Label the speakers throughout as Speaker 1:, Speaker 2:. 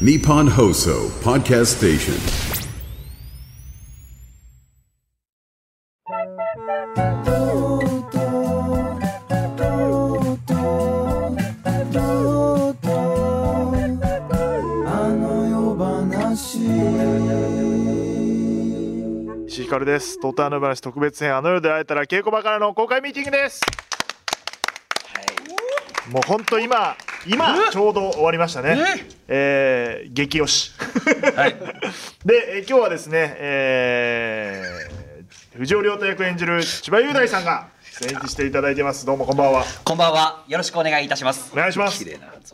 Speaker 1: Nippon Hoso Podcast Station.
Speaker 2: 石井ひかるです。トータルの話特別編あの夜で会えたら稽古場からの公開ミーティングです。もう本当今今ちょうど終わりましたね。えー、激推し。 で、えー今日はですね、えー、藤尾亮太役演じる千葉雄大さんが出演していただいてます。どうもこんばんは。
Speaker 3: こんばんは。よろしくお願いいたします
Speaker 2: お。願いします。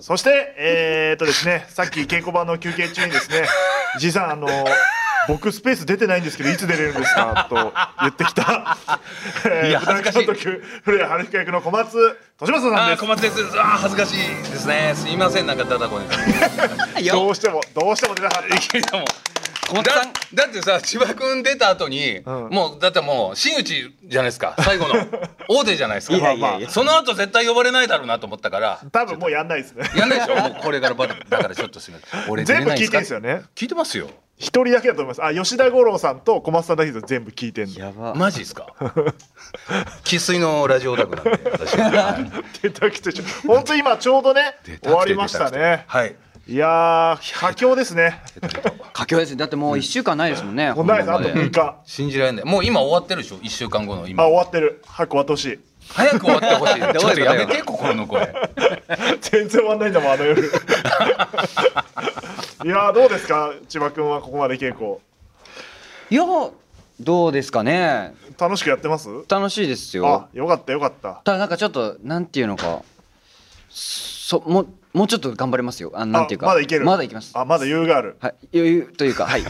Speaker 2: そして、えー、っとですね、さっき稽古場の休憩中にで すね、石井さん、あの、僕スペース出てないんですけど、いつ出れるんですかと言ってきた、え
Speaker 3: い
Speaker 2: ー、
Speaker 3: や
Speaker 2: 舞台
Speaker 3: 恥ずか
Speaker 2: 監
Speaker 3: しい
Speaker 2: 督、古谷春彦役の小松利正さん
Speaker 4: あ
Speaker 2: で
Speaker 4: ー
Speaker 2: す
Speaker 4: 小。松です。あー恥ずかしいですね。すいませんなんかダダこねて。
Speaker 2: どうしても、どうしても出なかった。
Speaker 4: いやもう
Speaker 3: 小松
Speaker 4: だ
Speaker 3: さん、
Speaker 4: だってさ千葉君出た後に、
Speaker 2: ん
Speaker 4: もうだってもう真打ちじゃないですか最後の大手じゃないですか
Speaker 3: いやいやいや
Speaker 4: その後絶対呼ばれないだろうなと思ったから
Speaker 2: 多分もうやんないですね。
Speaker 4: やんないでしょもうこれからバレだからちょっとすみません俺出れ
Speaker 2: 全部
Speaker 4: ない
Speaker 2: 聞いて
Speaker 4: か
Speaker 2: んですよね。
Speaker 4: 聞いてますよ
Speaker 2: 一人だけだと思います。あ、吉田五郎さんと小松さんだけで全部聞いてんの。
Speaker 3: やば。
Speaker 4: マジですか生粋のラジオオタクなんで私は
Speaker 2: 出たくてちょ、本当今ちょうどね
Speaker 4: 出、たくて
Speaker 2: 終わりましたね。
Speaker 4: はい
Speaker 2: いやー、佳境ですね。
Speaker 3: 佳境です。だってもう一週間ないですもんね。
Speaker 2: もうないです、あ
Speaker 3: 本
Speaker 2: と
Speaker 3: 番まで
Speaker 2: 6日。
Speaker 4: 信じられないもう今終わってるでしょ一週間後の
Speaker 2: あ、
Speaker 4: 今
Speaker 2: 終わってる。早く終わってほしい。
Speaker 4: 早く終わってほしい
Speaker 3: どうです
Speaker 4: ちょ
Speaker 3: か
Speaker 4: っとやめて心の声
Speaker 2: 全然終わんないんだもんあの夜いやーどうですか千葉君はここまで稽古
Speaker 3: いや、どうですかね。
Speaker 2: 楽しくやってます
Speaker 3: 楽しいですよ
Speaker 2: あ。よかったよかった
Speaker 3: ただなんかちょっと、なんていうのか。そ、もう、もうちょっと頑張りますよ。あの、なんていうか。
Speaker 2: あまだいける
Speaker 3: まだいきます。は
Speaker 2: あまだ余裕がある
Speaker 3: い、余裕というか、はい。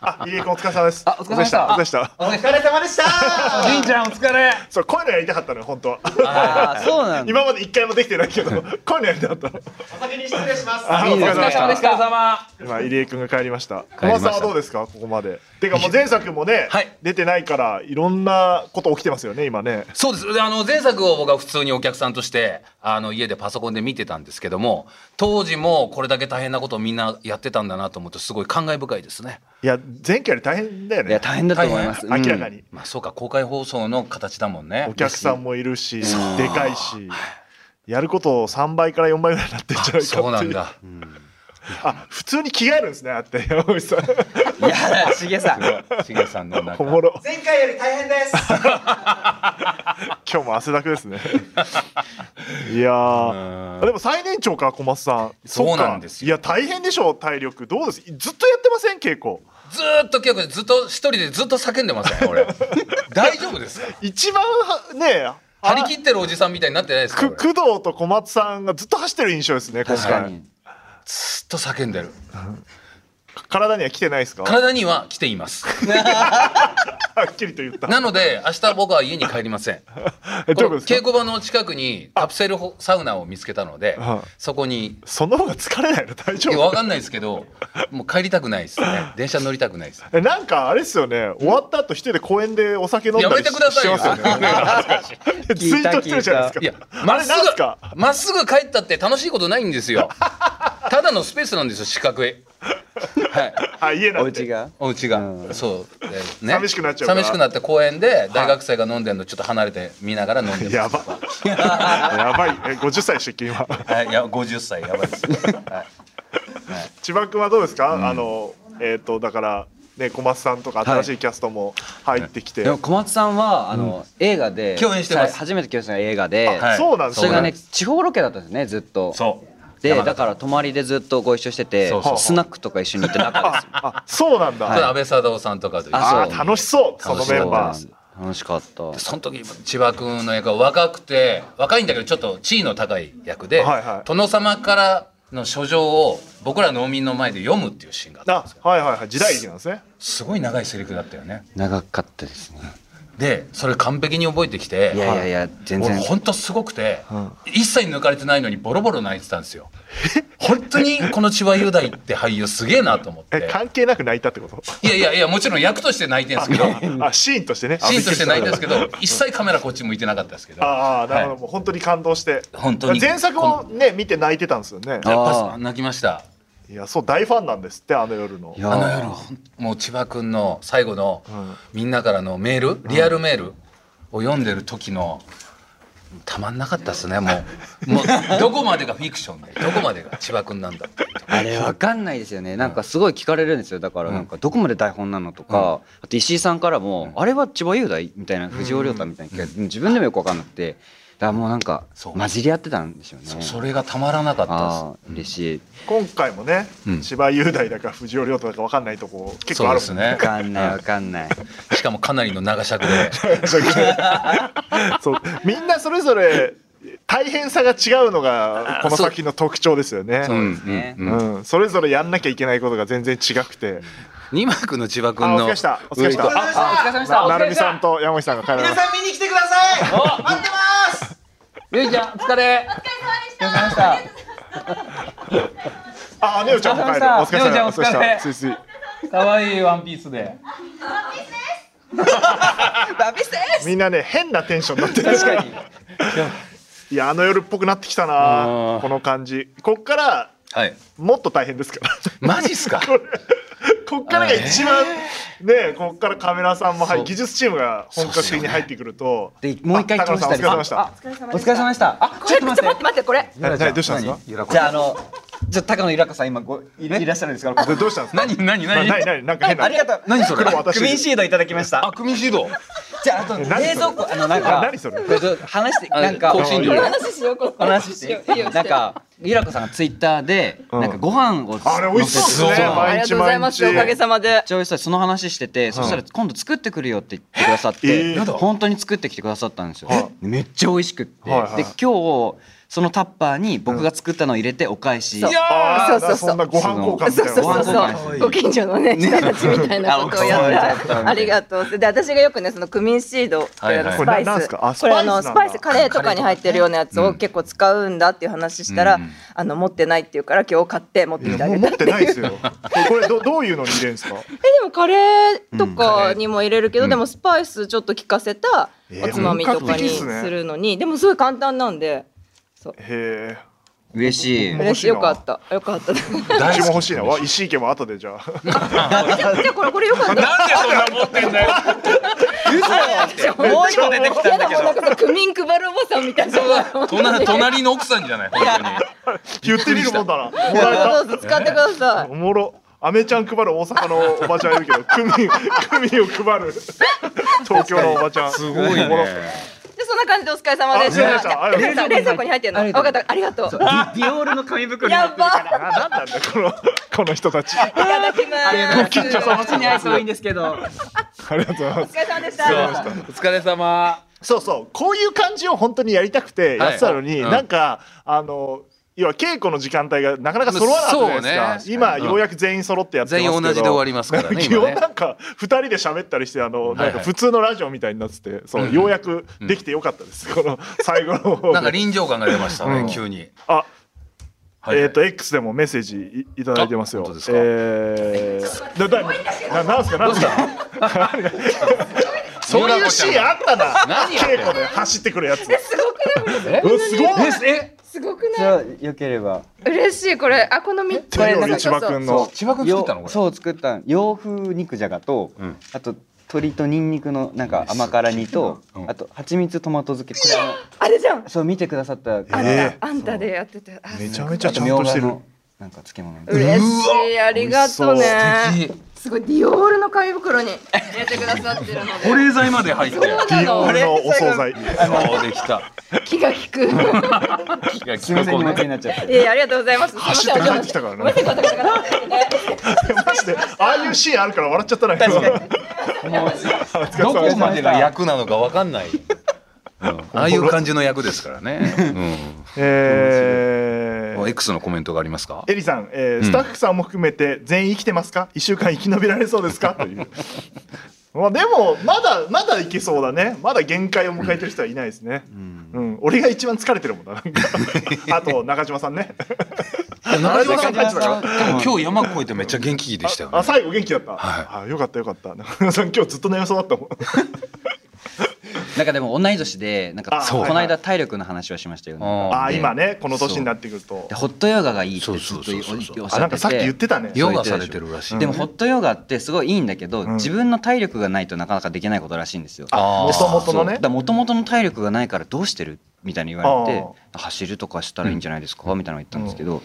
Speaker 2: あ入江君お疲れ様です
Speaker 3: あお疲れ様でした
Speaker 2: お疲れ様でした
Speaker 3: お疲れ様でした。銀ちゃん、お疲れ。
Speaker 2: そうこういうのやりたかったのよ本当は
Speaker 3: ああ、そうなんだ。
Speaker 2: 今まで一回もできてないけど こういうのやりたかったの
Speaker 3: いい
Speaker 2: お
Speaker 3: で
Speaker 2: 酒に失礼しますあお疲れ
Speaker 3: す
Speaker 2: 様でした
Speaker 3: お疲れ様でした
Speaker 2: 今入江君が帰りました小
Speaker 4: りま
Speaker 2: 松
Speaker 4: した
Speaker 2: さんはどうですかここまでてかもう前作もね、
Speaker 4: はい
Speaker 2: 出てないからいろんなこと起きてますよね今ね
Speaker 4: そうですであの前作を僕は普通にお客さんとしてあの家でパソコンで見てたんですけども当時もこれだけ大変なことをみんなやってたんだなと思うとすごい感慨深いですね。
Speaker 2: いや前回より大変だよ
Speaker 3: いや、
Speaker 2: ね
Speaker 3: 大変だと思います。
Speaker 2: 明らか
Speaker 3: に。
Speaker 2: に、
Speaker 4: まあそうか公開放送の形だもんね
Speaker 2: お。客さんもいるし、でかいし、やることを3倍から4倍ぐらいになってんじゃないかっていう。
Speaker 4: そうなん。だ。
Speaker 2: あ、普通に着替えるんですね、あって、山口さん。
Speaker 3: いや、しげさん。
Speaker 4: しげさんのなん
Speaker 2: お
Speaker 4: か
Speaker 2: もろ。
Speaker 5: 前回より大変です。
Speaker 2: 今日も汗だくですね。いやーでも最年長か、小松さん。
Speaker 4: そうなん
Speaker 2: っか
Speaker 4: ですよ
Speaker 2: いや、大変でしょう、体力。どうですずっとやってません、稽古。
Speaker 4: ずーっと結構ずっと一人でずっと叫んでません俺。大丈夫ですか。
Speaker 2: 一番は、ね
Speaker 4: 張り切ってるおじさんみたいになってないですか。
Speaker 2: く
Speaker 4: 俺
Speaker 2: 工藤と小松さんがずっと走ってる印象ですね、今
Speaker 3: 確か
Speaker 2: 回。
Speaker 3: に。
Speaker 4: ずっと叫んでる。
Speaker 2: 体には来てないですかは
Speaker 4: 体には来ています。
Speaker 2: っきりと言った。
Speaker 4: なので明日僕は家に帰りません。
Speaker 2: えどういうことで
Speaker 4: この
Speaker 2: すか
Speaker 4: 稽古場の近くにカプセルホサウナを見つけたので
Speaker 2: はい、
Speaker 4: そこに。
Speaker 2: その方が疲れないの大丈
Speaker 4: いや、
Speaker 2: 夫
Speaker 4: わかんないですけど、もう帰りたくないで すね。電車乗りたくないです。
Speaker 2: えなんかあれですよね、終わった後一人で公園でお酒飲んだり
Speaker 4: やめてくださいよ
Speaker 2: ししてますよねツイートしてるじゃないですか
Speaker 4: いや、
Speaker 2: あ
Speaker 4: まっ
Speaker 2: れ
Speaker 4: す
Speaker 2: なんすか
Speaker 4: ぐ、まっ すぐ帰ったって楽しいことないんですよ。ただのスペースなんですよ、四角い。はい。
Speaker 2: あ家な
Speaker 3: お
Speaker 2: んて
Speaker 3: 家が。
Speaker 4: お家が。そう。えーね
Speaker 2: 寂しくなっちゃうから
Speaker 4: 寂しくなって公園で、大学生が飲んでるのちょっと離れて見ながら飲んでます。
Speaker 2: や ばやばいえ50歳でしたっけ今
Speaker 4: はい、いや、50歳、やばいです。はい
Speaker 2: 千葉君はどうですか、あのえっ、とだからね小松さんとか新しいキャストも入ってきて、
Speaker 3: でも小松さんはあの、映画で
Speaker 4: 共演してます
Speaker 3: さ初めて共演した映画で、
Speaker 4: はい
Speaker 2: そうなんです
Speaker 3: それ
Speaker 2: よ
Speaker 3: がね地方ロケだったんですねずっと
Speaker 4: そう。
Speaker 3: で
Speaker 4: 山形
Speaker 3: だから泊まりでずっとご一緒してて
Speaker 4: そうそうそう
Speaker 3: スナックとか一緒に行って仲ですよ
Speaker 2: あそうなんだ、
Speaker 4: これ安倍佐藤さんとかと一緒に
Speaker 3: あ
Speaker 2: あ楽しそうそ
Speaker 4: 楽
Speaker 2: の
Speaker 4: しそう
Speaker 2: メンバ
Speaker 3: そ
Speaker 2: ー
Speaker 3: うなんです楽しかった
Speaker 4: その時千葉君の役は若くて若いんだけどちょっと地位の高い役で、
Speaker 2: はいはい
Speaker 4: 殿様からの書状を僕ら農民の前で読むっていうシーンがあったんですよ
Speaker 2: あはいはいはい時代劇なんですね
Speaker 4: すごい長いセリフだったよね
Speaker 3: 長かったですね
Speaker 4: でそれ完璧に覚えてきて
Speaker 3: いやいやいや全
Speaker 4: 俺
Speaker 3: 然
Speaker 4: ほんとすごくて、一切抜かれてないのにボロボロ泣いてたんですよ本当にこの千葉雄大って俳優すげえなと思っ
Speaker 2: え
Speaker 4: て
Speaker 2: 関係なく泣いたってこと
Speaker 4: いやいやいやもちろん役として泣いてるんですけど
Speaker 2: あシーンとしてね
Speaker 4: シーンとして泣いてるんですけ
Speaker 2: ど
Speaker 4: ど一切カメラこっち向いてなかったですけど
Speaker 2: ああなるほど、
Speaker 4: はい
Speaker 2: もう本当に感動して
Speaker 4: 本当に
Speaker 2: 前作をね見て泣いてたんですよね
Speaker 4: やっぱ泣きました
Speaker 2: いやそう大ファンなんですってあの夜の
Speaker 3: いや
Speaker 4: あの
Speaker 3: ー
Speaker 4: 夜ほんもう千葉君の最後の
Speaker 2: ん
Speaker 4: みんなからのメールリアルメールを読んでる時のたまんなかったですねもう もうどこまでがフィクションでどこまでが千葉君なんだって
Speaker 3: あれわかんないですよねなんかすごい聞かれるんですよだからなんかどこまで台本なのとか、あと石井さんからも「あれは千葉雄大?」みたいな藤尾亮太みたいな、自分でもよくわかんなくてだからもうなんか
Speaker 4: そう
Speaker 3: 混じり合ってたんでしょうね
Speaker 4: そそれがたまらなかった
Speaker 3: あ
Speaker 4: で
Speaker 3: あ嬉しい
Speaker 2: 今回もね、
Speaker 4: うん
Speaker 2: 千葉雄大だか藤尾亮太だか分かんないとこ
Speaker 4: す
Speaker 2: 結
Speaker 4: そ
Speaker 2: 構
Speaker 4: う
Speaker 2: あ
Speaker 4: で
Speaker 2: る
Speaker 4: す
Speaker 2: もん
Speaker 4: ね
Speaker 3: わかんないわかんない
Speaker 4: しかもかなりの長尺で
Speaker 2: そうみんなそれぞれ大変さが違うのがこの
Speaker 4: そう
Speaker 2: 作品の特徴ですよね。
Speaker 4: そうですね、
Speaker 3: う
Speaker 4: う
Speaker 2: うんんそれぞれやんなきゃいけないことが全然違くて、
Speaker 4: 二幕の千葉君
Speaker 2: あお疲
Speaker 4: の
Speaker 2: れしたお疲れし
Speaker 4: うんこ
Speaker 2: た。
Speaker 3: あお疲れ様でした
Speaker 2: なるみさんと山口さんが帰られま
Speaker 5: 皆
Speaker 2: した。
Speaker 5: さん見に来てください待ってます
Speaker 4: ゆいちゃんお疲れ
Speaker 2: あ、ねおちゃんも帰る。お疲れ
Speaker 4: ねおちゃん
Speaker 2: 様
Speaker 4: お疲れ
Speaker 2: お疲れ様すいすい
Speaker 4: 可愛いワンピースで
Speaker 2: みんなね変なテンションになってる。
Speaker 3: 確かに
Speaker 2: いやあの夜っぽくなってきた
Speaker 4: う
Speaker 2: なんこの感じ。こっから
Speaker 4: はい
Speaker 2: もっと大変ですから。
Speaker 4: マジっすか
Speaker 2: こっからが一番ねこっからカメラさんも入
Speaker 4: そう
Speaker 2: り技術チームが本格的に入ってくると。
Speaker 3: でもう一回
Speaker 2: あ
Speaker 3: 通したり
Speaker 2: 高野さんお疲れ様でした。
Speaker 3: お疲れ様でしたあちょっと待って
Speaker 6: 待ってこれ
Speaker 2: ななどうしたんですか。
Speaker 3: じゃああのじゃあ高野由良子さん今ごいいらっしゃるんですからこ
Speaker 2: ど
Speaker 3: こ
Speaker 2: どうしたんですか。
Speaker 4: 何何
Speaker 2: な
Speaker 4: 何
Speaker 2: ないないなんか変な。
Speaker 3: ありがとう
Speaker 4: 何それ
Speaker 2: 黒私
Speaker 3: クミンシードいただきました
Speaker 4: あクミンシード
Speaker 3: じゃああと冷
Speaker 2: 何それ
Speaker 3: 蔵庫あのなんか
Speaker 2: あ何それ
Speaker 3: こちょっと話してなんか
Speaker 4: 香辛料
Speaker 6: 話しようこ
Speaker 3: お話しして
Speaker 6: いいよ
Speaker 3: なんかゆらこさんがツイッターで
Speaker 2: うん
Speaker 3: なんかご飯を
Speaker 2: あれ美味しそうです
Speaker 4: そ
Speaker 2: ね。
Speaker 4: う
Speaker 6: あ
Speaker 2: 毎
Speaker 6: りが
Speaker 2: 日
Speaker 6: とうございますおか
Speaker 2: 毎
Speaker 6: げ
Speaker 2: 日。
Speaker 6: さまで
Speaker 3: ちゃおいその話しててそしたら今度作ってくるよって言ってくださって
Speaker 2: えーやだ
Speaker 3: 本当に作ってきてくださったんですよ
Speaker 2: は
Speaker 3: めっちゃ美味しくってで
Speaker 2: はいはい
Speaker 3: 今日そのタッパーに僕が作ったのを入れてお返し
Speaker 6: そう
Speaker 2: あ
Speaker 6: そ
Speaker 2: ー
Speaker 6: うそう
Speaker 2: そ
Speaker 6: そ
Speaker 2: んな
Speaker 6: う
Speaker 2: ご飯交換みた
Speaker 6: そ
Speaker 2: いうな。
Speaker 6: そう
Speaker 3: ご飯
Speaker 6: そう
Speaker 3: 交
Speaker 6: そ
Speaker 3: 換
Speaker 6: うご近所のね人たちみたいなことをや
Speaker 3: あ
Speaker 6: っ
Speaker 3: そうそう
Speaker 6: たありがとうってで私がよくねそのクミンシードっていうあの
Speaker 4: はいはい
Speaker 6: ス
Speaker 2: こ
Speaker 6: パ
Speaker 2: れ
Speaker 6: イ
Speaker 2: ななんす
Speaker 6: ス
Speaker 2: かあ
Speaker 6: これあの
Speaker 2: ス
Speaker 6: ス
Speaker 2: パ
Speaker 6: パ
Speaker 2: イスなんだ
Speaker 6: イスカレーとかに入ってるようなやつを結構使うんだっていう話したらあの持ってないっていうから今日買って持ってき
Speaker 2: い
Speaker 6: てあ
Speaker 2: やもう
Speaker 6: げ
Speaker 2: 持っ
Speaker 6: たって
Speaker 2: て
Speaker 6: いう
Speaker 2: ないですよ。これどどういうのに入れるんですか。
Speaker 6: えでもカレーとかにも入れるけど、でもスパイスちょっと効かせたおつまみとか
Speaker 2: えー本格的っ
Speaker 6: に
Speaker 2: すね
Speaker 6: するのに、でもすごい簡単なんで
Speaker 2: へえ。
Speaker 3: 嬉しい
Speaker 2: 面白いな
Speaker 6: 嬉しいよかったよかった じゃ
Speaker 2: うちも欲しいな。わ石井家も後でじゃあ。
Speaker 6: あじゃあこれこれよかった
Speaker 4: なんでそんな持ってん だよ
Speaker 3: もう一個出てきた
Speaker 6: や
Speaker 3: んだ
Speaker 6: だ
Speaker 3: け
Speaker 6: も
Speaker 3: ど
Speaker 6: うなんかさクミン配るおばさんみたいな
Speaker 4: 隣隣の奥さんじゃない本当に
Speaker 2: 言ってみるもんだな。もらえ
Speaker 6: どうぞ使ってくださ
Speaker 2: た。
Speaker 6: い
Speaker 2: おもろ。アメちゃん配る大阪のおばちゃんいるけど、クミン、クミンを配る東京のおばちゃん。すごいね。
Speaker 6: でそんな感じでお疲れ様でし
Speaker 2: あす
Speaker 6: た
Speaker 2: い
Speaker 6: じゃ
Speaker 2: ま
Speaker 6: あ
Speaker 2: せん
Speaker 6: 皆さん冷蔵庫に入ってるの分かったありがとう
Speaker 3: ディオールの紙袋
Speaker 6: やば
Speaker 2: ななんなんだよこのこの人たち。
Speaker 6: いただきます
Speaker 3: お口に合いそういいんですけど
Speaker 2: ありがとうございま
Speaker 6: お
Speaker 2: す。
Speaker 6: 疲れ様でした
Speaker 4: お疲れ様
Speaker 2: そうそう、こういう感じを本当にやりたくてやってたのに、
Speaker 4: はい
Speaker 2: なんかあの。要は稽古の時間帯がなかなか揃わなかったじゃないですか、
Speaker 4: そうね
Speaker 2: 今
Speaker 4: うん
Speaker 2: ようやく全員揃ってやってますけど
Speaker 4: 全員同じで終わりますからね
Speaker 2: 基本
Speaker 4: 今ね
Speaker 2: なんか2人で喋ったりしてあの、
Speaker 4: はいはい
Speaker 2: なんか普通のラジオみたいになっててそう、ようやくできてよかったです、この最後の方
Speaker 4: なんか
Speaker 2: で
Speaker 4: 臨場感が出ました
Speaker 2: うん
Speaker 4: ね急に
Speaker 2: あ
Speaker 4: はい
Speaker 2: えっ、と X でもメッセージいいただいてますよ
Speaker 4: あ本当ですか
Speaker 2: えー、だだななんすかなんすかそういうシーンあったな
Speaker 4: 何やって
Speaker 2: 稽
Speaker 4: んの
Speaker 2: 古で走ってくるやつ
Speaker 6: すごくないこれ
Speaker 2: うんすごい
Speaker 4: え
Speaker 6: すごくない
Speaker 3: よければ
Speaker 6: 嬉しいこれあこの3つ
Speaker 2: 手料理千葉くんの
Speaker 4: 千葉君作ったのこ
Speaker 3: よ
Speaker 4: れ
Speaker 3: そう作ったの洋風肉じゃがと、
Speaker 4: ん
Speaker 3: あと鶏とニンニクのなんか甘辛煮と、
Speaker 4: うん
Speaker 3: あと蜂蜜トマト漬けこれあの
Speaker 6: あれじゃん
Speaker 3: そう見てくださった
Speaker 6: あんた、
Speaker 2: ええ
Speaker 6: あんたでやってて。あ
Speaker 2: めちゃ
Speaker 6: す
Speaker 2: めちゃちゃんとしてる
Speaker 3: あみょうがのなんか漬物みたいな
Speaker 6: 嬉しい、ありがとう
Speaker 4: 美味し
Speaker 6: ね
Speaker 4: そう。
Speaker 6: すごいディオールの紙袋に入れてくださってるの
Speaker 4: 保
Speaker 6: で。
Speaker 4: 冷剤まで入って
Speaker 6: そう
Speaker 2: デ
Speaker 6: な
Speaker 2: ィオー
Speaker 6: の
Speaker 2: ルのお惣菜
Speaker 4: そうできた
Speaker 6: 気が 利く。
Speaker 4: いや
Speaker 3: すみません
Speaker 4: こ
Speaker 3: お
Speaker 4: こ
Speaker 3: 待ち
Speaker 4: ね
Speaker 3: になっちゃって
Speaker 6: いやいやありがとうございます。すみま
Speaker 2: 走
Speaker 6: せ
Speaker 2: っ
Speaker 6: ん
Speaker 2: て
Speaker 6: お
Speaker 2: 帰
Speaker 6: 邪
Speaker 2: っ
Speaker 6: 魔
Speaker 2: てき
Speaker 6: し
Speaker 2: た
Speaker 6: て。
Speaker 2: からね
Speaker 6: ごめんなさいごめんなさいごめんなさい
Speaker 2: マジでああいうシーンあるから笑っちゃったな
Speaker 3: 確か
Speaker 4: どこまでが役なのかわかんないうんああいう感じの役ですからね
Speaker 2: え
Speaker 4: うん X のコメントがありますか
Speaker 2: エリさん、えースタッフさんも含めて全員生きてますか一週間生き延びられそうですか というまあでもまだまだいけそうだねまだ限界を迎えてる人はいないですね、うん俺が一番疲れてるもんななん かあと中島さんね
Speaker 4: 中島さん
Speaker 2: 中島さん
Speaker 4: でも今日山越えてめっちゃ元気でしたよね
Speaker 2: あ最後元気だった、
Speaker 4: は
Speaker 2: あ よかったよかった中島さん今日ずっと寝そうだったもん
Speaker 3: なんかでも同い年でなん
Speaker 2: あ
Speaker 3: か
Speaker 2: そう
Speaker 3: この間体力の話をしましたよね。
Speaker 2: ああ
Speaker 3: で
Speaker 2: 今ねこの年になってくると
Speaker 3: でホットヨガがいいってずっと
Speaker 4: そう
Speaker 3: 言
Speaker 4: そうそうそう
Speaker 3: おっし
Speaker 2: あ
Speaker 3: ゃ
Speaker 2: な
Speaker 3: っ
Speaker 2: ん
Speaker 3: てて
Speaker 2: かさっき言ってたね
Speaker 4: ヨガされてるらしい
Speaker 3: でもホットヨガってすごいいいんだけど、
Speaker 2: うん
Speaker 3: 自分の体力がないとなかなかできないことらしいんですよ。
Speaker 2: あ
Speaker 4: あー
Speaker 2: もともとのね
Speaker 3: もともとの体力がないからどうしてるみたいに言われて
Speaker 2: あ
Speaker 3: 走るとかしたらいいんじゃないですか、みたいなの言ったんですけど、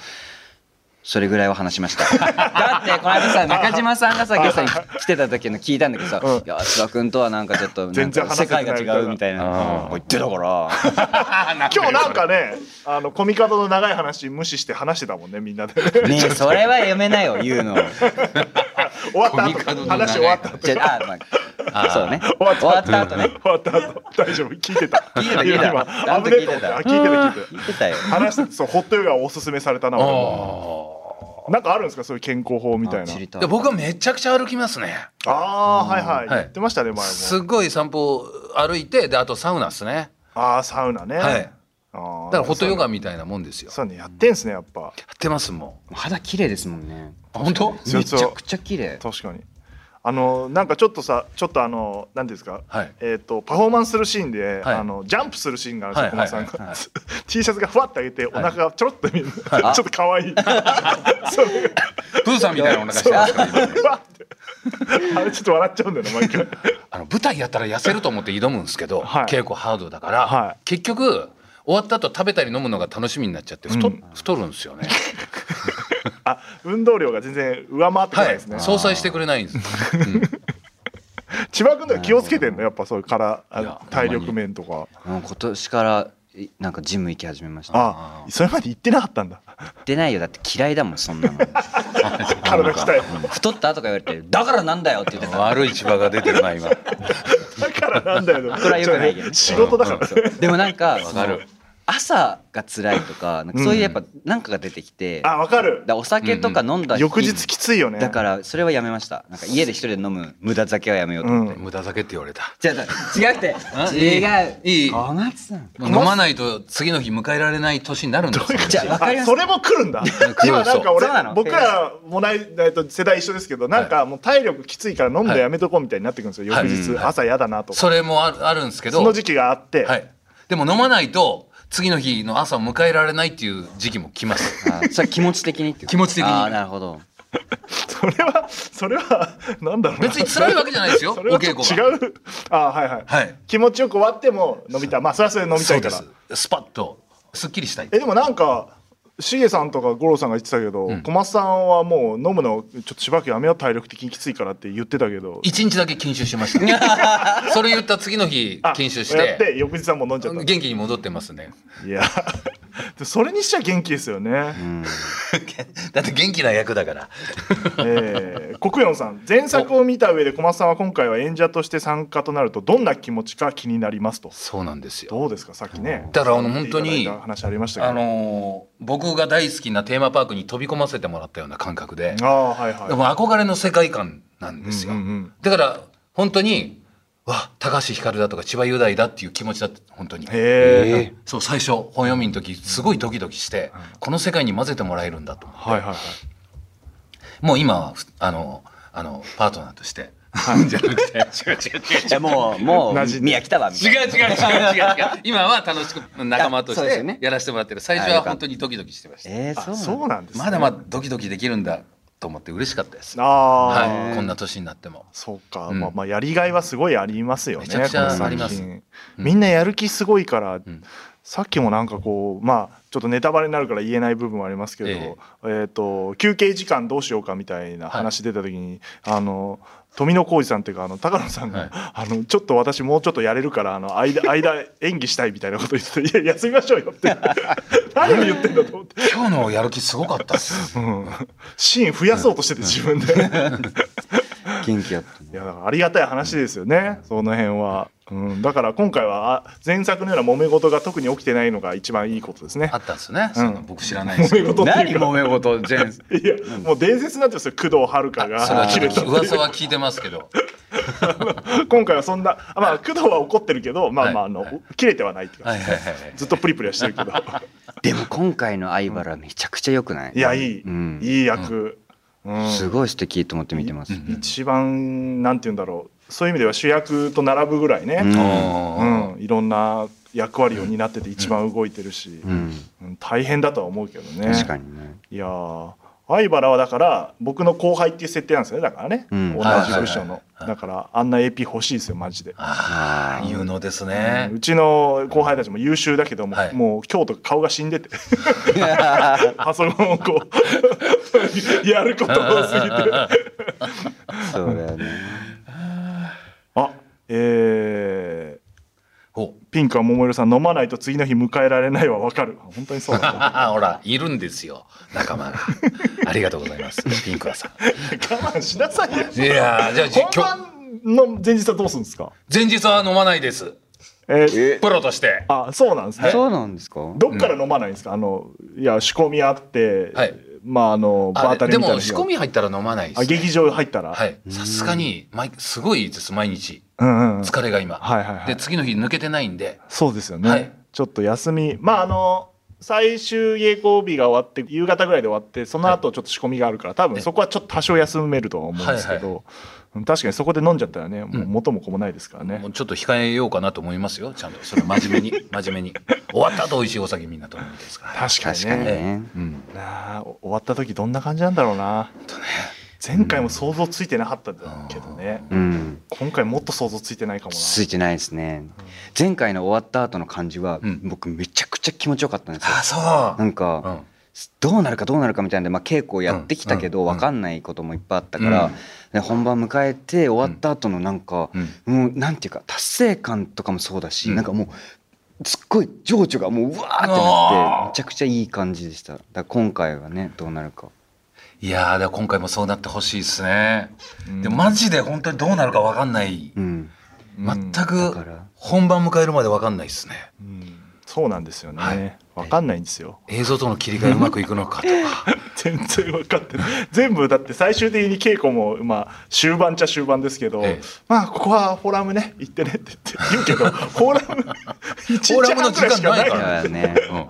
Speaker 3: それぐらいは話しました だってこの間さ中島さんがさゲストに来てた時の聞いたんだけどさ「
Speaker 2: うん
Speaker 3: いや津田君とはなんかちょっとなん
Speaker 2: 全然
Speaker 3: か
Speaker 2: 話
Speaker 3: 世
Speaker 2: せてな
Speaker 3: 界
Speaker 2: い
Speaker 3: が違う」みたいな言ってたから
Speaker 2: 今日なんかねあのコミカドの長い話無視して話してたもんねみんなで
Speaker 3: 「ねえそれはやめなよ言うの」
Speaker 2: 終わった
Speaker 4: コミカド
Speaker 2: 後
Speaker 4: の長い
Speaker 2: 話終わった後
Speaker 3: じゃああま
Speaker 4: あ
Speaker 3: あ
Speaker 4: ー
Speaker 3: そうね
Speaker 2: 終わった
Speaker 3: 終わった後ね
Speaker 2: 終わった後大丈夫聞いてた聞
Speaker 3: いてたちゃんと
Speaker 2: 危ね
Speaker 3: 聞
Speaker 2: え
Speaker 3: いて
Speaker 2: と思って
Speaker 3: た
Speaker 2: あ聞いてた聞いて
Speaker 3: 言ってたよ
Speaker 2: た話してそうホットヨガをおすすめされたな俺もなんかあるんですかそういう健康法みたいな
Speaker 3: あ知りた
Speaker 4: で僕はめちゃくちゃ歩きますね
Speaker 2: ああーはいはい
Speaker 4: はい
Speaker 2: 言ってましたね前
Speaker 4: す
Speaker 2: も
Speaker 4: ごい散歩歩いてであとサウナですね
Speaker 2: ああサウナね
Speaker 4: はい
Speaker 2: あー
Speaker 4: だからホットヨガみたいなもんですよや
Speaker 2: そうねやってんすねやっぱ
Speaker 4: ってますもん
Speaker 3: 肌綺麗ですもんね
Speaker 4: 本当
Speaker 2: そ
Speaker 3: め
Speaker 2: うそ
Speaker 3: ち
Speaker 2: う
Speaker 3: ゃくちゃ綺麗
Speaker 2: 確かにあのなんかちょっとさちょっとあの何ていうんですか、
Speaker 4: はい
Speaker 2: えー、とパフォーマンスするシーンで、
Speaker 4: はい
Speaker 2: あのジャンプするシーンがあるんですよ、小
Speaker 4: はい
Speaker 2: 松さんが、
Speaker 4: はいはい
Speaker 2: T シャツがふわって上げてお腹がちょろっと見え
Speaker 3: い
Speaker 2: る、ちょっと可愛い それが
Speaker 4: プーさんみたいなお腹してますから今ね
Speaker 2: ふわってあれちょっと笑っちゃうんだよな 毎回
Speaker 4: あの舞台やったら痩せると思って挑むんですけど、
Speaker 2: はい
Speaker 4: 稽古ハードだから、
Speaker 2: は
Speaker 4: 結局終わった後食べたり飲むのが楽しみになっちゃって太,、
Speaker 2: うん
Speaker 4: 太るんです よね。
Speaker 2: あ運動量が全然上回ってこない
Speaker 4: は
Speaker 2: で
Speaker 4: い
Speaker 2: すね、、
Speaker 4: 相殺してくれないんです。
Speaker 2: 千葉君とか気をつけてんのやっぱそういうから
Speaker 4: いや
Speaker 2: あ体力面とか
Speaker 3: もう今年からいなんかジム行き始めました
Speaker 2: あそれまで行ってなかったんだ
Speaker 3: 行ってないよだって嫌いだもんそん なの
Speaker 2: 体鍛える
Speaker 3: 太ったとか言われてだからなんだよって言ってた
Speaker 4: 悪い千葉が出てるな今。
Speaker 2: だからなんだよな
Speaker 3: それは良くないよね
Speaker 2: 仕事だから、
Speaker 3: そうでも なんか
Speaker 4: かる
Speaker 3: その朝が辛いとかなんかそういうやっぱなんかが出てきて、だ
Speaker 2: あ
Speaker 3: か
Speaker 2: わかる
Speaker 3: らお酒とか飲んだ日
Speaker 2: 翌日きついよね
Speaker 3: だからそれはやめましたなんか家で一人で飲む無駄酒はやめようと思って、
Speaker 4: 無駄酒って言われた。
Speaker 3: 違う違う違くて
Speaker 4: ん
Speaker 3: 違う
Speaker 4: いい
Speaker 3: 小松さん
Speaker 4: 飲まないと次の日迎えられない年になるんですよ。
Speaker 3: じゃあ分かり
Speaker 2: あ
Speaker 3: ます
Speaker 2: それも来るんだ
Speaker 4: る
Speaker 2: 今なんか俺
Speaker 3: そうなの
Speaker 2: 僕らもないえっと世代一緒ですけどなんかもう体力きついから飲むのやめとこうみたいになってくるんですよ
Speaker 4: はい
Speaker 2: 翌日朝やだなとか
Speaker 4: それもあるあるんですけど。
Speaker 2: その時期があって
Speaker 4: はい。でも飲まないと次の日の朝を迎えられないっていう時期も来ます。
Speaker 3: あそれは気持ち的にってこと
Speaker 4: 気持ち的に
Speaker 3: ああなるほど
Speaker 2: それはそれはなんだろうな
Speaker 4: 別に辛いわけじゃないですよ。お
Speaker 2: それはち
Speaker 4: 稽
Speaker 2: ょ
Speaker 4: 古
Speaker 2: っと
Speaker 4: が。
Speaker 2: 違うあはいはい、
Speaker 4: はい
Speaker 2: 気持ちよく終わっても飲みたいまあそれはそれで飲みた
Speaker 4: そう
Speaker 2: いか
Speaker 4: で
Speaker 2: ら
Speaker 4: す。スパッとすっきりしたい。
Speaker 2: えでもなんかしげさんとか五郎さんが言ってたけど、小松さんはもう飲むのちょっとしばらくやめよう体力的にきついからって言ってたけど
Speaker 4: 一日だけ禁酒しました。 それ言った次の日
Speaker 2: あ
Speaker 4: 禁酒し
Speaker 2: やって
Speaker 4: て
Speaker 2: 翌日はもう飲んじゃった
Speaker 4: 元気に戻ってますね。
Speaker 2: いや でそれにしちゃ元気ですよね、
Speaker 4: だって元気な役だから。
Speaker 2: えー、国四さん前作を見た上で小松さんは今回は演者として参加となるとどんな気持ちか気になりますと
Speaker 4: そうなんですよ。
Speaker 2: どうですかさっきね
Speaker 4: だからあの本当に
Speaker 2: いただいた話ありましたけど
Speaker 4: あのー僕が大好きなテーマパークに飛び込ませてもらったような感覚で、
Speaker 2: あーはいはい
Speaker 4: でも憧れの世界観なんですよ。
Speaker 2: うんうんうん
Speaker 4: だから本当に。わ高橋ひかるだとか千葉雄大だっていう気持ちだって本当に
Speaker 2: へえ
Speaker 4: そう最初本読みの時すごいドキドキしてこの世界に混ぜてもらえるんだと思って
Speaker 2: はいはいはい
Speaker 4: もう今はふあのあのパートナーとして。 じゃなくて違う違う
Speaker 3: いやもうも
Speaker 2: 馴染んで
Speaker 3: う宮来たわ みたい な
Speaker 4: 違う違う違う違う違う今は楽しく仲間と
Speaker 3: あそう
Speaker 4: し
Speaker 3: ですよ
Speaker 4: て
Speaker 3: ね
Speaker 4: やらせてもらってる最初
Speaker 3: あよ
Speaker 4: は
Speaker 3: かった
Speaker 4: 本当にドキドキしてました、
Speaker 3: えー、
Speaker 2: あ
Speaker 3: そう
Speaker 2: そうなんですね
Speaker 4: まだまだドキドキできるんだと思って嬉しかったです
Speaker 2: あ
Speaker 4: は
Speaker 2: あ、
Speaker 4: いこんな年になっても
Speaker 2: そうか、
Speaker 4: うん
Speaker 2: まあまあやりがいはすごいありますよね。
Speaker 4: めちゃくちゃ
Speaker 2: この作
Speaker 4: あります
Speaker 2: 品みんなやる気すごいから、
Speaker 4: ん
Speaker 2: さっきもなんかこうまあちょっとネタバレになるから言えない部分はありますけど、え
Speaker 4: え
Speaker 2: っ、と休憩時間どうしようかみたいな話出た時に、あの。富野浩二さんっていうかあの高野さんが、
Speaker 4: はい
Speaker 2: あのちょっと私もうちょっとやれるからあの間間演技したいみたいなこと言ってて「いや休みましょうよ」って 何を言ってんだと思って
Speaker 4: 今日のやる気すごかったです
Speaker 2: うんシーン増やそうとしてて自分で
Speaker 3: 元気やったね
Speaker 2: いやだからありがたい話ですよね、その辺は、うん、だから今回はあ前作のような揉め事が特に起きてないのが一番いいことですね
Speaker 4: あったんですね、そんな僕知らないです
Speaker 2: 揉
Speaker 4: け
Speaker 2: め
Speaker 4: ど
Speaker 2: 事っていうか
Speaker 3: 揉め事ジェン ス
Speaker 2: いやもう伝説になってますよ工藤遥香
Speaker 4: それは
Speaker 2: が
Speaker 4: ち
Speaker 2: 切
Speaker 4: ょ
Speaker 2: れ
Speaker 4: っ
Speaker 2: た
Speaker 4: と噂は聞いてますけど
Speaker 2: 今回はそんなあまあ工藤は怒ってるけどまあまああの、切れてはないっていうか、
Speaker 4: はいはいはいはい
Speaker 2: ずっとプリプリはしてるけど
Speaker 3: でも今回の相原めちゃくちゃ良くない
Speaker 2: いやいい、
Speaker 3: うん
Speaker 2: いい役、うん
Speaker 3: すごい素敵と思って見てます
Speaker 2: 一番なんて言うんだろうそういう意味では主役と並ぶぐらいね、
Speaker 4: う
Speaker 2: うんんいろんな役割を担ってて一番動いてるし、
Speaker 3: うん
Speaker 2: うん大変だとは思うけどね
Speaker 3: 確かにね
Speaker 2: いやー相原はだから僕の後輩っていう設定なんですよねだからね、
Speaker 3: うん
Speaker 2: 同じ部署の、だからあんな AP 欲しいですよマジで、
Speaker 4: ああ有能ですね
Speaker 2: うちの後輩たちも優秀だけども、
Speaker 4: はい
Speaker 2: もう今日とか顔が死ん でてパソコンをこう やること多すぎて
Speaker 3: そうだよね
Speaker 2: あえー
Speaker 4: ほう
Speaker 2: ピンクは桃色さん飲まないと次の日迎えられないはわかる本当にそうなんだ
Speaker 4: ああほらいるんですよ仲 間がありがとうございますピンクラさん
Speaker 2: 我慢しなさいよ
Speaker 4: いやーじゃあじ
Speaker 2: 本番の前日はどうするんですか
Speaker 4: 前日は飲まないです
Speaker 2: えー
Speaker 4: プロとして
Speaker 2: あそうなんですね
Speaker 3: そうなんですか
Speaker 2: どっから飲まないんですか、あのいや仕込みあって、
Speaker 4: はい
Speaker 2: まああの
Speaker 4: あ
Speaker 2: バータリ
Speaker 4: で
Speaker 2: ーみたいな
Speaker 4: も仕込み入ったら飲まないです
Speaker 2: あ劇場入ったら、
Speaker 4: はいさすがに毎すごいです毎日
Speaker 2: うんうんうん、
Speaker 4: 疲れが今
Speaker 2: はいはいはい
Speaker 4: で次の日抜けてないんで
Speaker 2: そうですよね、
Speaker 4: はい
Speaker 2: ちょっと休みまああの最終稽古日が終わって夕方ぐらいで終わってその後ちょっと仕込みがあるから多分そこはちょっと多少休めるとは思うんですけど、
Speaker 4: はい
Speaker 2: うん確かにそこで飲んじゃったらねもう元も子もないですからね、
Speaker 4: もうちょっと控えようかなと思いますよちゃんとそれ真 面目に真面目に終わった後美味しいお酒みんなと思うんですから
Speaker 2: 確かに
Speaker 3: 確かに
Speaker 2: ね
Speaker 3: ね
Speaker 4: うん
Speaker 2: なあお終わった時どんな感じなんだろうな前回も想像ついてなかったけどね、
Speaker 3: うん
Speaker 2: 今回もっと想像ついてないかもな
Speaker 3: ついてないですね前回の終わった後の感じは、
Speaker 4: うん
Speaker 3: 僕めちゃくちゃ気持ちよかったんですよ
Speaker 4: あそ
Speaker 3: なん
Speaker 4: うう
Speaker 3: か、
Speaker 4: ん
Speaker 3: どうなるかどうなるかみたいなんで、まあ、稽古をやってきたけ
Speaker 4: う
Speaker 3: ど
Speaker 4: んうん
Speaker 3: 分かんないこともいっぱいあったから、
Speaker 4: うん
Speaker 3: で本番迎えて終わった後のなんか、
Speaker 4: う
Speaker 3: もうなんていうか達成感とかもそうだし、
Speaker 4: うん
Speaker 3: なんかもうすっごい情緒がもううわーってなってめちゃくちゃいい感じでしただから今回はねどうなるか
Speaker 4: いやーだから今回もそうなってほしいですね、
Speaker 2: うん
Speaker 4: でもマジで本当にどうなるか分かんない、
Speaker 3: うん
Speaker 4: 全
Speaker 3: だ
Speaker 4: く
Speaker 3: から
Speaker 4: 本番迎えるまで分かんないですね
Speaker 2: うんそうなんですよね、
Speaker 4: はい
Speaker 2: わかんないんですよ
Speaker 4: 映像との切り替えうまくいくのかとか
Speaker 2: 全然分かってない全部だって最終的に稽古もまあ終盤っちゃ終盤ですけど、
Speaker 4: ええ
Speaker 2: まあここはフォーラムね行ってねって言って言うけど フォーラム1日
Speaker 4: ォーラムの
Speaker 2: 半
Speaker 4: 時
Speaker 2: くらいし
Speaker 4: 間
Speaker 2: か
Speaker 4: な
Speaker 2: ないい
Speaker 4: か
Speaker 2: からら
Speaker 3: だからね
Speaker 4: うん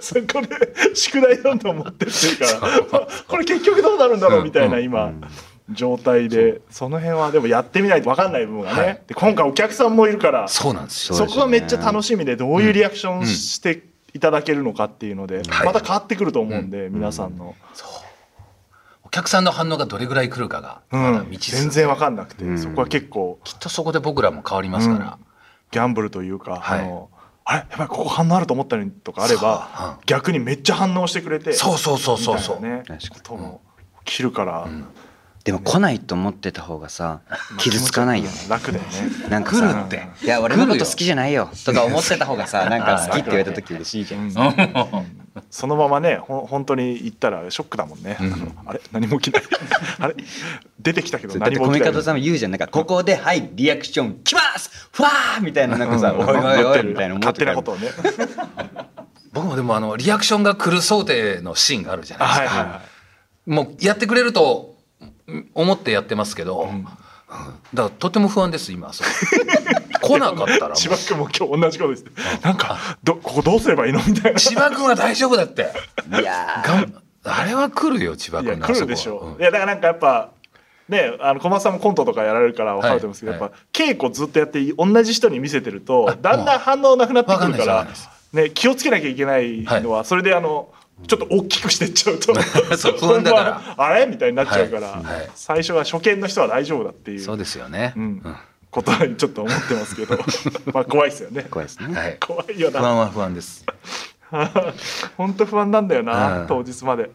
Speaker 2: そこで宿題読んで持ってってるから まあこれ結局どうなるんだろうみたいな今。状態でその辺はでもやってみないと分かんない部分がね、
Speaker 4: はい
Speaker 2: で今回お客さんもいるから
Speaker 4: そうなんですよ
Speaker 2: そこがめっちゃ楽しみでどういうリアクショ
Speaker 4: ん
Speaker 2: ンしていただけるのかっていうので、
Speaker 4: はい
Speaker 2: また変わってくると思うんで、皆さんの、
Speaker 4: お客さんの反応がどれぐらい来るかが、
Speaker 2: うん
Speaker 4: まだ未知数
Speaker 2: 全然分かんなくて、
Speaker 3: うん
Speaker 2: そこは結構
Speaker 4: きっとそこで僕らも変わりますから、
Speaker 2: ギャンブルというか、
Speaker 4: はい
Speaker 2: あのあれやっぱりここ反応あると思ったのにとかあれ
Speaker 4: そうう
Speaker 2: ば
Speaker 4: ん、
Speaker 2: 逆にめっちゃ反応してくれて
Speaker 4: そうそうそうそうそう、
Speaker 2: みたいなね
Speaker 3: 確かに
Speaker 2: ことも起きるから、
Speaker 3: でも来ないと思ってた方がさ傷つかないよね
Speaker 2: 楽だよね
Speaker 3: なんか
Speaker 4: 来る
Speaker 3: さ
Speaker 4: って
Speaker 3: 「いや俺のこと好きじゃないよ」とか思ってた方 がさなんか好きって言われた時嬉しいじゃん
Speaker 2: そのままねほん本当に行ったらショックだもんね、あれ何も起きない あれ出てきたけど
Speaker 3: だっ
Speaker 2: 何
Speaker 3: て
Speaker 2: も
Speaker 3: コ
Speaker 2: 起
Speaker 3: ミ
Speaker 2: きな
Speaker 3: カ
Speaker 2: い
Speaker 3: ドさんも言うじゃんなんかここで「はいリアクションきます!」ふわーみたいななんかさ「おいおいおい」みたいな思っ
Speaker 2: 勝
Speaker 3: てた
Speaker 2: 手なことをね
Speaker 4: 僕もでもあのリアクションが来る想定のシーンがあるじゃないです
Speaker 2: は
Speaker 4: か、
Speaker 2: いはいはい
Speaker 4: もうやってくれるとうん思ってやってますけど、うんだからとても不安です今 それ来なかったらもう
Speaker 2: 千葉君も今日同じことですなんかどここどうすればいいのみ たいな
Speaker 4: 千葉君は大丈夫だって
Speaker 3: いや
Speaker 4: がんあれは来るよ千葉
Speaker 2: い
Speaker 4: 君
Speaker 2: や
Speaker 4: の
Speaker 2: 来る
Speaker 4: あ
Speaker 2: でし
Speaker 4: そ
Speaker 2: ょ
Speaker 4: こは
Speaker 2: う、いやだからなんかやっぱねあの小松さんもコントとかやられるから分かると思うんですけど、
Speaker 4: はい
Speaker 2: やっぱ稽古ずっとやって同じ人に見せてるとだんだん反応なくなってくるか
Speaker 4: わからんないですわかん
Speaker 2: ね、気をつけなきゃいけないのは、それであのちょっと大きくしてっちゃうと
Speaker 4: そう不安だから
Speaker 2: ほん まあれみたいになっちゃうから、
Speaker 4: はいはい
Speaker 2: 最初は初見の人は大丈夫だってい
Speaker 4: うん
Speaker 2: う
Speaker 4: そうですよね、
Speaker 2: うんことにちょっと思ってます けどまあ怖いですよね
Speaker 3: ー怖いです
Speaker 4: うん
Speaker 3: ね
Speaker 4: はい、
Speaker 2: 怖いよ
Speaker 4: 不
Speaker 2: な
Speaker 4: 安は不安です
Speaker 2: 本当不安なんだよ
Speaker 4: うん
Speaker 2: な当日まで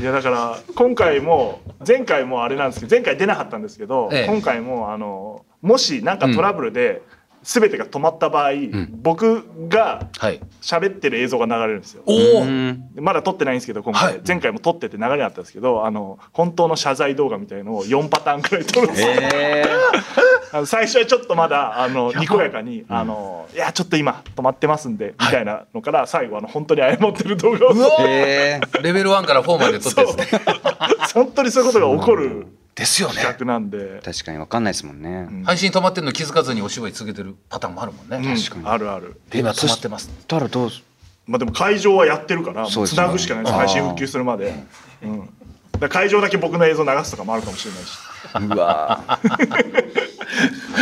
Speaker 2: いやだから今回も前回もあれなんですけど前回出なかったんですけど、
Speaker 4: ええ
Speaker 2: 今回もあのもし何かトラブルで全てが止まった場合、僕が
Speaker 4: はい
Speaker 2: 喋ってる映像が流れるんですよ
Speaker 4: おお、
Speaker 3: うん
Speaker 2: でまだ撮ってないんですけど今回、
Speaker 4: はい
Speaker 2: 前回も撮ってて流れなかったんですけどあの本当の謝罪動画みたいのを4パターンくらい撮るんですよ、
Speaker 3: え
Speaker 2: あの最初はちょっとまだあのにこやかに「あのいやちょっと今止まってますんで」みたいなのから最後あの本当に謝ってる動画を撮って
Speaker 3: ー、えー、
Speaker 4: レベル1から4まで撮ってですね
Speaker 2: 本当にそういうことが起こる
Speaker 4: ですよね
Speaker 2: 企画なんで、
Speaker 3: 確かに分かんないですもんね、
Speaker 4: 配信止まってるの気づかずにお芝居続けてるパターンもあるもんね、
Speaker 2: うん
Speaker 3: 確かに
Speaker 2: あるある
Speaker 4: で今止まってます
Speaker 3: たらどうす
Speaker 2: まあでも会場はやってるからもう
Speaker 3: そうです
Speaker 2: つ
Speaker 3: ね
Speaker 2: なぐしかないです、
Speaker 3: あー
Speaker 2: 配信復旧するまで、うん、だから会場だけ僕の映像流すとかもあるかもしれないし
Speaker 3: うわー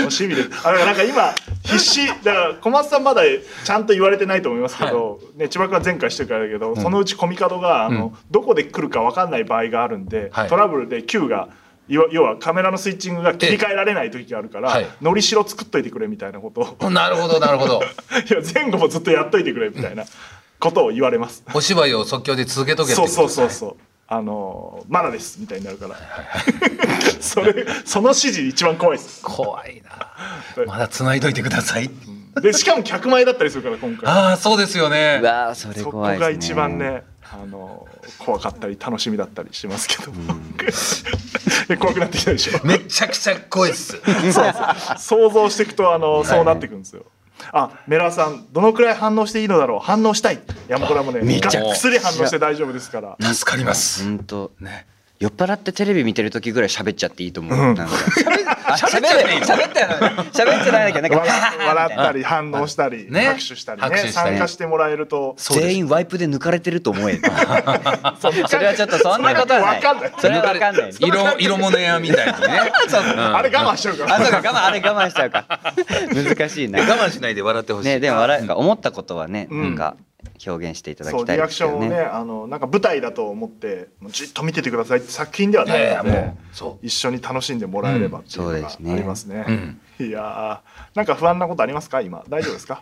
Speaker 2: 楽しみです。あだからなんか今必死だから小松さんまだちゃんと言われてないと思いますけど、ね千葉君は前回してるからだけど、そのうちコミカドがあの、どこで来るかわかんない場合があるんで、
Speaker 4: はい
Speaker 2: トラブルで Q が要要はカメラのスイッチングが切り替えられない時があるから、
Speaker 4: はい
Speaker 2: のりしろ作っといてくれみたいなことを
Speaker 4: なるほどなるほ ど
Speaker 2: いや前後もずっとやっといてくれみたいなことを言われます。
Speaker 4: お芝居を即興で続けとけって
Speaker 2: そ
Speaker 4: こ
Speaker 2: う
Speaker 4: と
Speaker 2: そうそうそう。あのーまだですみたいになるから。それその指示一番怖いです。
Speaker 4: 怖 いなまだ繋いどいてください
Speaker 2: でしかも客前だったりするから今回。
Speaker 4: ああそうですよね
Speaker 3: うわーそれ
Speaker 2: そこ
Speaker 3: 怖いで
Speaker 2: が
Speaker 3: すね
Speaker 2: 一番ね。あのー怖かったり楽しみだったりしますけど え怖くなってきたでしょ
Speaker 4: めちゃくちゃ怖いっす
Speaker 2: 想像していくとあのーそうなってくるんですよ、あメラさんどのくらい反応していいのだろう反応したいいやもうこれはもうね
Speaker 4: めちゃくちゃ
Speaker 2: がっつり反応して大丈夫ですから
Speaker 4: 助かります
Speaker 3: 本当
Speaker 4: ね
Speaker 3: 酔っ払ってテレビ見てる時ぐらい喋っちゃっていいと思う。
Speaker 2: うん
Speaker 3: なんかあ喋ってない喋ってない喋っちゃないんだけどなん
Speaker 2: 笑
Speaker 3: か
Speaker 2: 笑ったり反応したり
Speaker 4: ね
Speaker 2: 拍手したり
Speaker 4: 拍
Speaker 2: ね
Speaker 4: 手したり
Speaker 2: 参加してもらえると
Speaker 3: 全員ワイプで抜かれてると思え。それはちょっとそんなことはない
Speaker 2: それはわかんない。
Speaker 3: それはわかんない。
Speaker 4: 色色物屋みたいにね
Speaker 2: あれ我慢しちゃうから
Speaker 3: あそうか我慢あれ我慢しちゃうか。難しいな。
Speaker 4: 我慢しないで笑ってほしい
Speaker 3: ねでも笑いが思ったことはね
Speaker 2: うん
Speaker 3: なんか表現していただ
Speaker 2: そ
Speaker 3: き
Speaker 2: う
Speaker 3: たい
Speaker 2: リア
Speaker 3: で
Speaker 2: ク
Speaker 3: す
Speaker 2: ション
Speaker 3: よ
Speaker 2: をね
Speaker 3: ね。
Speaker 2: あのなんか舞台だと思ってもうじっと見ててくださいって作品ではない
Speaker 4: いや
Speaker 2: の
Speaker 4: いや
Speaker 2: で
Speaker 4: もうそう
Speaker 2: 一緒に楽しんでもらえればっていうの
Speaker 3: うん
Speaker 2: が
Speaker 3: そうですね
Speaker 2: ありますね
Speaker 4: うん。
Speaker 2: いやーなんか不安なことありますか今大丈夫ですか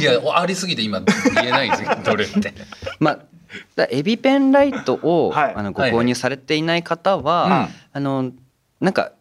Speaker 4: いやありすぎて今言えないんです けどどれって
Speaker 3: まあだからエビペンライトを
Speaker 2: はい
Speaker 3: あのご購入されていない方はあのなんか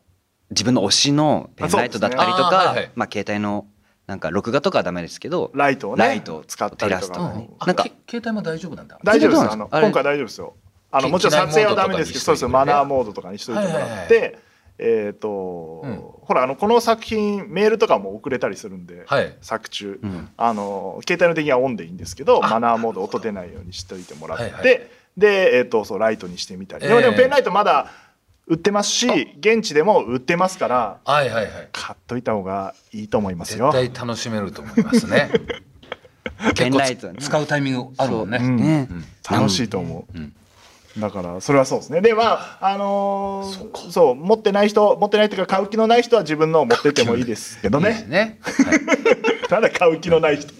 Speaker 3: 自分の推しのペンライトだったりと
Speaker 4: あそうですねあーはいは
Speaker 3: か
Speaker 4: い
Speaker 3: まあ携帯のなんか録画とかはダメですけど
Speaker 2: ライトをね
Speaker 3: ライトを
Speaker 2: 使ったりと
Speaker 3: 照ら
Speaker 2: か
Speaker 3: すと
Speaker 2: ね
Speaker 3: なんか
Speaker 4: け携帯も大丈夫なんだ
Speaker 2: 大丈夫です
Speaker 3: そ
Speaker 2: あ
Speaker 3: うなん
Speaker 2: の
Speaker 3: ですあれ
Speaker 2: 今回大丈夫ですよあのもちろん撮影はダメですけどそうですよ
Speaker 4: 機内モードとかにしといてね
Speaker 2: マナーモードとかにしといてもらっ
Speaker 4: はい
Speaker 2: てえっとほらあのこの作品メールとかも送れたりするんで
Speaker 4: はい
Speaker 2: 作中
Speaker 3: うん
Speaker 2: あの携帯の時はオンでいいんですけど
Speaker 4: あ
Speaker 2: マナーモード音出ないようにしておいてもらって、
Speaker 4: はいはい
Speaker 2: で、えー、とそうライトにしてみたり、でも
Speaker 4: ええ
Speaker 2: でもペンライトまだ売ってますし現地でも売ってますから
Speaker 4: はいはいはい
Speaker 2: 買っといた方がいいと思います
Speaker 4: 絶
Speaker 2: よ。
Speaker 4: 対楽しめると思います ね
Speaker 3: ペ
Speaker 4: 結
Speaker 3: ン
Speaker 4: 構
Speaker 3: ラ
Speaker 4: つ
Speaker 3: イトはね
Speaker 4: 使うタイミングあるもんね
Speaker 2: そううん
Speaker 3: ね
Speaker 4: うん
Speaker 2: 楽しいと思う、
Speaker 4: うん
Speaker 2: だからそれはそうですねでまああのーそう持ってない人持ってないというか買う気のない人は自分のを持ってってもいいですけど
Speaker 4: いいです
Speaker 2: ね
Speaker 4: ね
Speaker 2: ただ買う気のない人、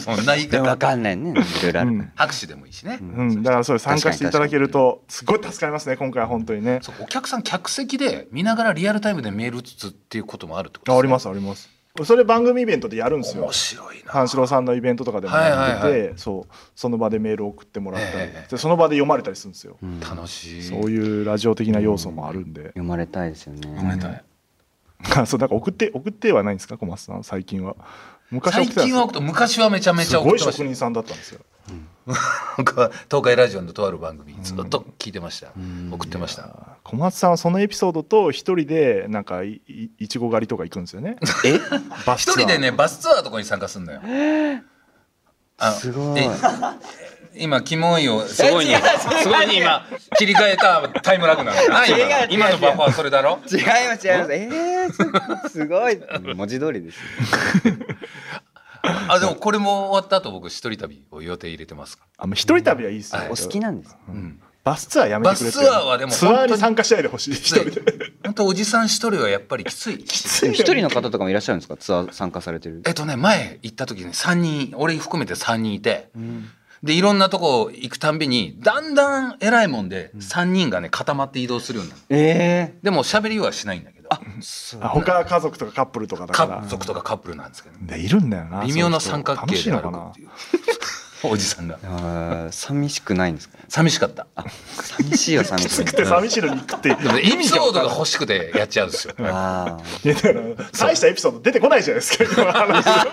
Speaker 4: そんな言い
Speaker 3: でもわ
Speaker 4: 方
Speaker 3: かんないねいろいろあ
Speaker 2: う
Speaker 3: る。
Speaker 2: ん
Speaker 4: 拍手でもいいしね
Speaker 2: うん、だからそれ参加していただけるとすごい助かりますね今回は本当にね
Speaker 4: そうお客さん客席で見ながらリアルタイムでメール打つっていうこともあるってこと
Speaker 2: あありますすありますそれ番組イベントでやるんです
Speaker 4: ね
Speaker 2: よ
Speaker 4: 面白いな
Speaker 2: 三四郎さんのイベントとかでもやってて、
Speaker 4: はいはい
Speaker 2: そうその場でメールを送ってもらったり、
Speaker 4: ええ
Speaker 2: でその場で読まれたりするんですよ、
Speaker 3: うん
Speaker 4: 楽しい
Speaker 2: そういうラジオ的な要素もあるんで、
Speaker 3: 読まれたいですよ
Speaker 4: ごめんな
Speaker 3: ね。
Speaker 4: さい
Speaker 2: そうなんか送って送ってはないんですか小松さん最近は昔
Speaker 4: 最
Speaker 2: 送ってたんです
Speaker 4: 近は送って昔はめちゃめち
Speaker 2: す
Speaker 4: ゃ送
Speaker 2: ご
Speaker 4: っ
Speaker 2: い
Speaker 4: てました
Speaker 2: 職人さんだったんですよ
Speaker 4: 僕は東海ラジオのとある番組ずっと聞いてました、送ってました
Speaker 2: あー小松さんはそのエピソードと一人でなんかいいいちご狩りとか行くんですよ ね
Speaker 3: え
Speaker 2: バスツ
Speaker 4: 一
Speaker 2: アー
Speaker 4: 人でねバスツアーとかに参加するのよあ
Speaker 3: すごい
Speaker 4: え今キモいをすご いにすごいに今切り替えたタイムラグなのかな今
Speaker 3: 違う違う
Speaker 4: 今のバッファーそれだろ
Speaker 3: 違います違います。えー、すごい。文字通りです。
Speaker 4: あでもこれも終わった後僕一人旅を予定入れてますか
Speaker 2: あもう一人旅はいいっすよ、
Speaker 4: は
Speaker 3: お
Speaker 4: い
Speaker 3: 好きなんです。
Speaker 4: ら、うん、
Speaker 2: バスツアーやめてくれって
Speaker 4: バスツアーはでも
Speaker 2: ツアーに参加しないでほしい一人で
Speaker 4: 本当おじさん一人はやっぱりきつい
Speaker 3: でも一人の方とかもいらっしゃるんですか。ツアー参加されてる。
Speaker 4: えっとね前行った時に3人俺含めて3人いて、でいろんなとこ行くたんびにだんだん偉いもんで3人がね固まって移動するようになる
Speaker 3: え
Speaker 4: でも喋りはしないんだけど
Speaker 2: あ他は家族とかカップルとかだから
Speaker 4: 家族とかカップルなんですけど、
Speaker 2: でいるんだよな
Speaker 4: 微妙な
Speaker 2: そういう人
Speaker 4: 三角形で
Speaker 2: 楽しい
Speaker 4: 歩
Speaker 2: のか
Speaker 4: く
Speaker 2: な
Speaker 4: っていうおじさんが
Speaker 3: えー。寂しくないんですか。
Speaker 4: 寂しかった
Speaker 3: 寂しいは寂しい。
Speaker 2: 食って 寂しいのに食って
Speaker 4: でもエピソードが欲しくてやっちゃうんですよ
Speaker 3: ああ。
Speaker 2: いやだから大したエピソード出てこないじゃないですか今の 話参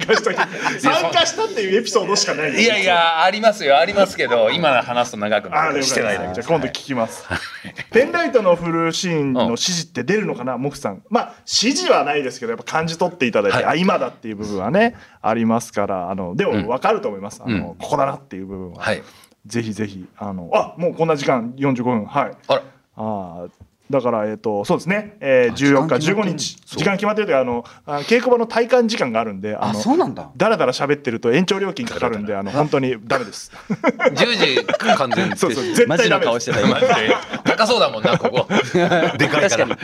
Speaker 2: 加した時参加したっていうエピソードしかない
Speaker 4: いやいやありますよありますけど今話すと長く
Speaker 2: あ
Speaker 4: な
Speaker 2: あ了
Speaker 4: る
Speaker 2: 解
Speaker 4: してないだけ
Speaker 2: じゃあ今度聞きます、ペンライトのフルシーンの指示って出るのかな、モクさんまあ指示はないですけどやっぱ感じ取っていただいて、
Speaker 4: はい
Speaker 2: あ今だっていう部分はねありますからあのでも分かると思います、あ
Speaker 4: うん
Speaker 2: のここだなっていう部分は、
Speaker 4: はい
Speaker 2: ぜひぜひあのあもうこんな時間45分はい
Speaker 4: あら
Speaker 2: あーだから、えっと、そうですね、えー、14日、
Speaker 3: 時間決ま
Speaker 2: 15
Speaker 3: ってん
Speaker 2: 日、時間決まってるというか、あの、あ稽古場の体感時間があるんで、あ
Speaker 3: あ
Speaker 2: の、
Speaker 3: そうなんだ
Speaker 2: だらだら喋ってると延長料金かかるんで、あの、本当にダメです。
Speaker 4: 10時完全停止
Speaker 2: そうそう、絶
Speaker 3: マ
Speaker 2: 対
Speaker 3: ジ
Speaker 2: ダ
Speaker 3: の
Speaker 2: メで
Speaker 3: 顔
Speaker 2: す
Speaker 3: して。た今
Speaker 4: マジで 高そうだもんなここ でかいから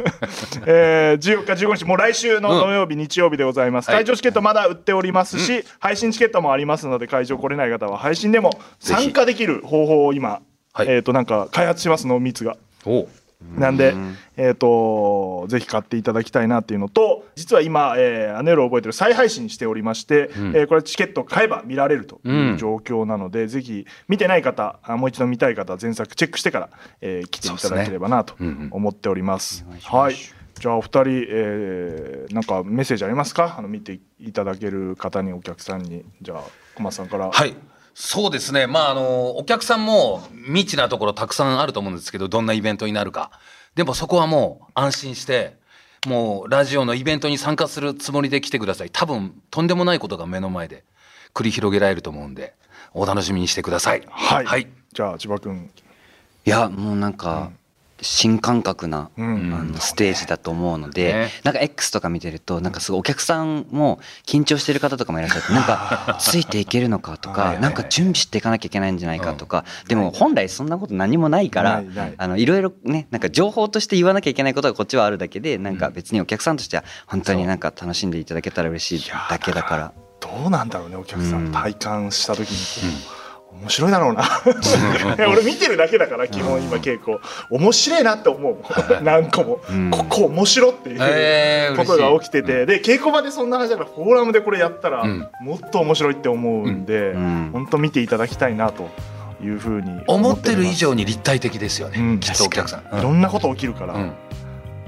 Speaker 2: えー、14日、15日、もう来週の土曜日、日曜日でございます。
Speaker 4: はい
Speaker 2: 会場チケットまだ売っておりますし、配信チケットもありますので、会場来れない方は配信でも
Speaker 4: ぜひ
Speaker 2: 参加できる方法を今、
Speaker 4: はい
Speaker 2: えっ、と、なんか開発しますの、ミツが。
Speaker 4: おう
Speaker 2: なんで、えっ、と、ぜひ買っていただきたいなっていうのと、実は今、えー、アネロを覚えてる再配信しておりまして、えーこれチケット買えば見られるという状況なので、ぜひ見てない方、あもう一度見たい方、前作チェックしてから、えー来ていただければなと思っております。はい。じゃあお二人、えー、なんかメッセージありますかあの見ていただける方にお客さんにじゃあ小松さんから、
Speaker 4: はい。そうですね。まあ、あの、お客さんも未知なところたくさんあると思うんですけど、どんなイベントになるか。でもそこはもう安心して、もうラジオのイベントに参加するつもりで来てください。多分、とんでもないことが目の前で繰り広げられると思うんで、お楽しみにしてください。
Speaker 2: はい
Speaker 4: はい。
Speaker 2: じゃあ千葉君
Speaker 3: いやもうなんか新感覚な、
Speaker 2: ん
Speaker 3: あのステージだと思うので、
Speaker 4: ね
Speaker 3: なんか X とか見てるとなんかすごいお客さんも緊張してる方とかもいらっしゃってなん かついていけるのかと
Speaker 4: はいはい
Speaker 3: か
Speaker 4: はい
Speaker 3: なんか準備していかなきゃいけないんじゃないかとか、でも本来そんなこと何もないから
Speaker 2: ないない
Speaker 3: あのいろいろねなんか情報として言わなきゃいけないことがこっちはあるだけでなんか別にお客さんとしては本当になんか楽しんでいただけたら嬉しいだけだから。
Speaker 2: どうなんだろうねお客さん、
Speaker 3: うん
Speaker 2: 体感した時にこう、面白いだろう ないや俺見てるだけだから基本今稽古面白いなって思うも ん何個も、
Speaker 3: ん
Speaker 2: ここ面白っていう、
Speaker 4: えー嬉しい
Speaker 2: ことが起きてて、で稽古場でそんな話だからフォーラムでこれやったら、
Speaker 4: うん
Speaker 2: もっと面白いって思うんで、
Speaker 3: ん
Speaker 2: 本当見ていただきたいなというふうに
Speaker 4: 思ってる以
Speaker 2: 思
Speaker 4: 上に立体的ですよね。
Speaker 2: うん
Speaker 4: きっとお客さん。
Speaker 2: ってますいろんなこと起きるから、
Speaker 4: うん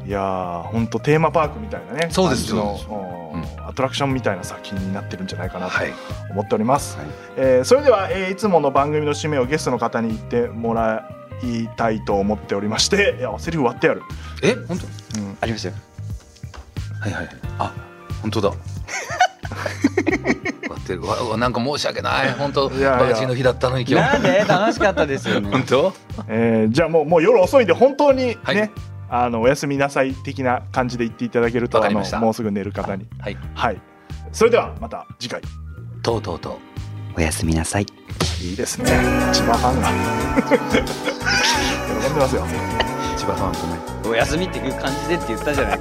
Speaker 2: いやー本当テーマパークみたいなね
Speaker 4: そうで
Speaker 2: 感
Speaker 4: す
Speaker 2: じの
Speaker 4: そうです
Speaker 2: うんアトラクションみたいな作品になってるんじゃないかなと
Speaker 4: はい。
Speaker 2: 思っております、えーそれでは、えーいつもの番組の締めをゲストの方に言ってもらいたいと思っておりましていやセリフ割ってやる
Speaker 4: え、本当。
Speaker 3: ありましたよ。
Speaker 4: はいはい。あ、本当だ。割ってる。わわなんか申し訳ない。本当。
Speaker 2: いやいや
Speaker 4: バカチンの日だったのに今
Speaker 3: な
Speaker 4: 日。
Speaker 3: んで楽しかったですよね。
Speaker 4: 本当。
Speaker 2: えーじゃあもうもう夜遅いんで本当にね、
Speaker 4: はい
Speaker 2: あのおやすみなさい的な感じで言っていただけると
Speaker 4: わか
Speaker 2: あ
Speaker 4: り
Speaker 2: の
Speaker 4: ました
Speaker 2: もうすぐ寝る方に
Speaker 4: はい。
Speaker 2: はいそれではまた次回
Speaker 4: とうとうとう。
Speaker 3: おやすみなさい。
Speaker 2: いいですね千葉ファンが 喜んでますよ
Speaker 4: 千葉さんごめん。
Speaker 3: お休みっていう感じでって言ったじゃない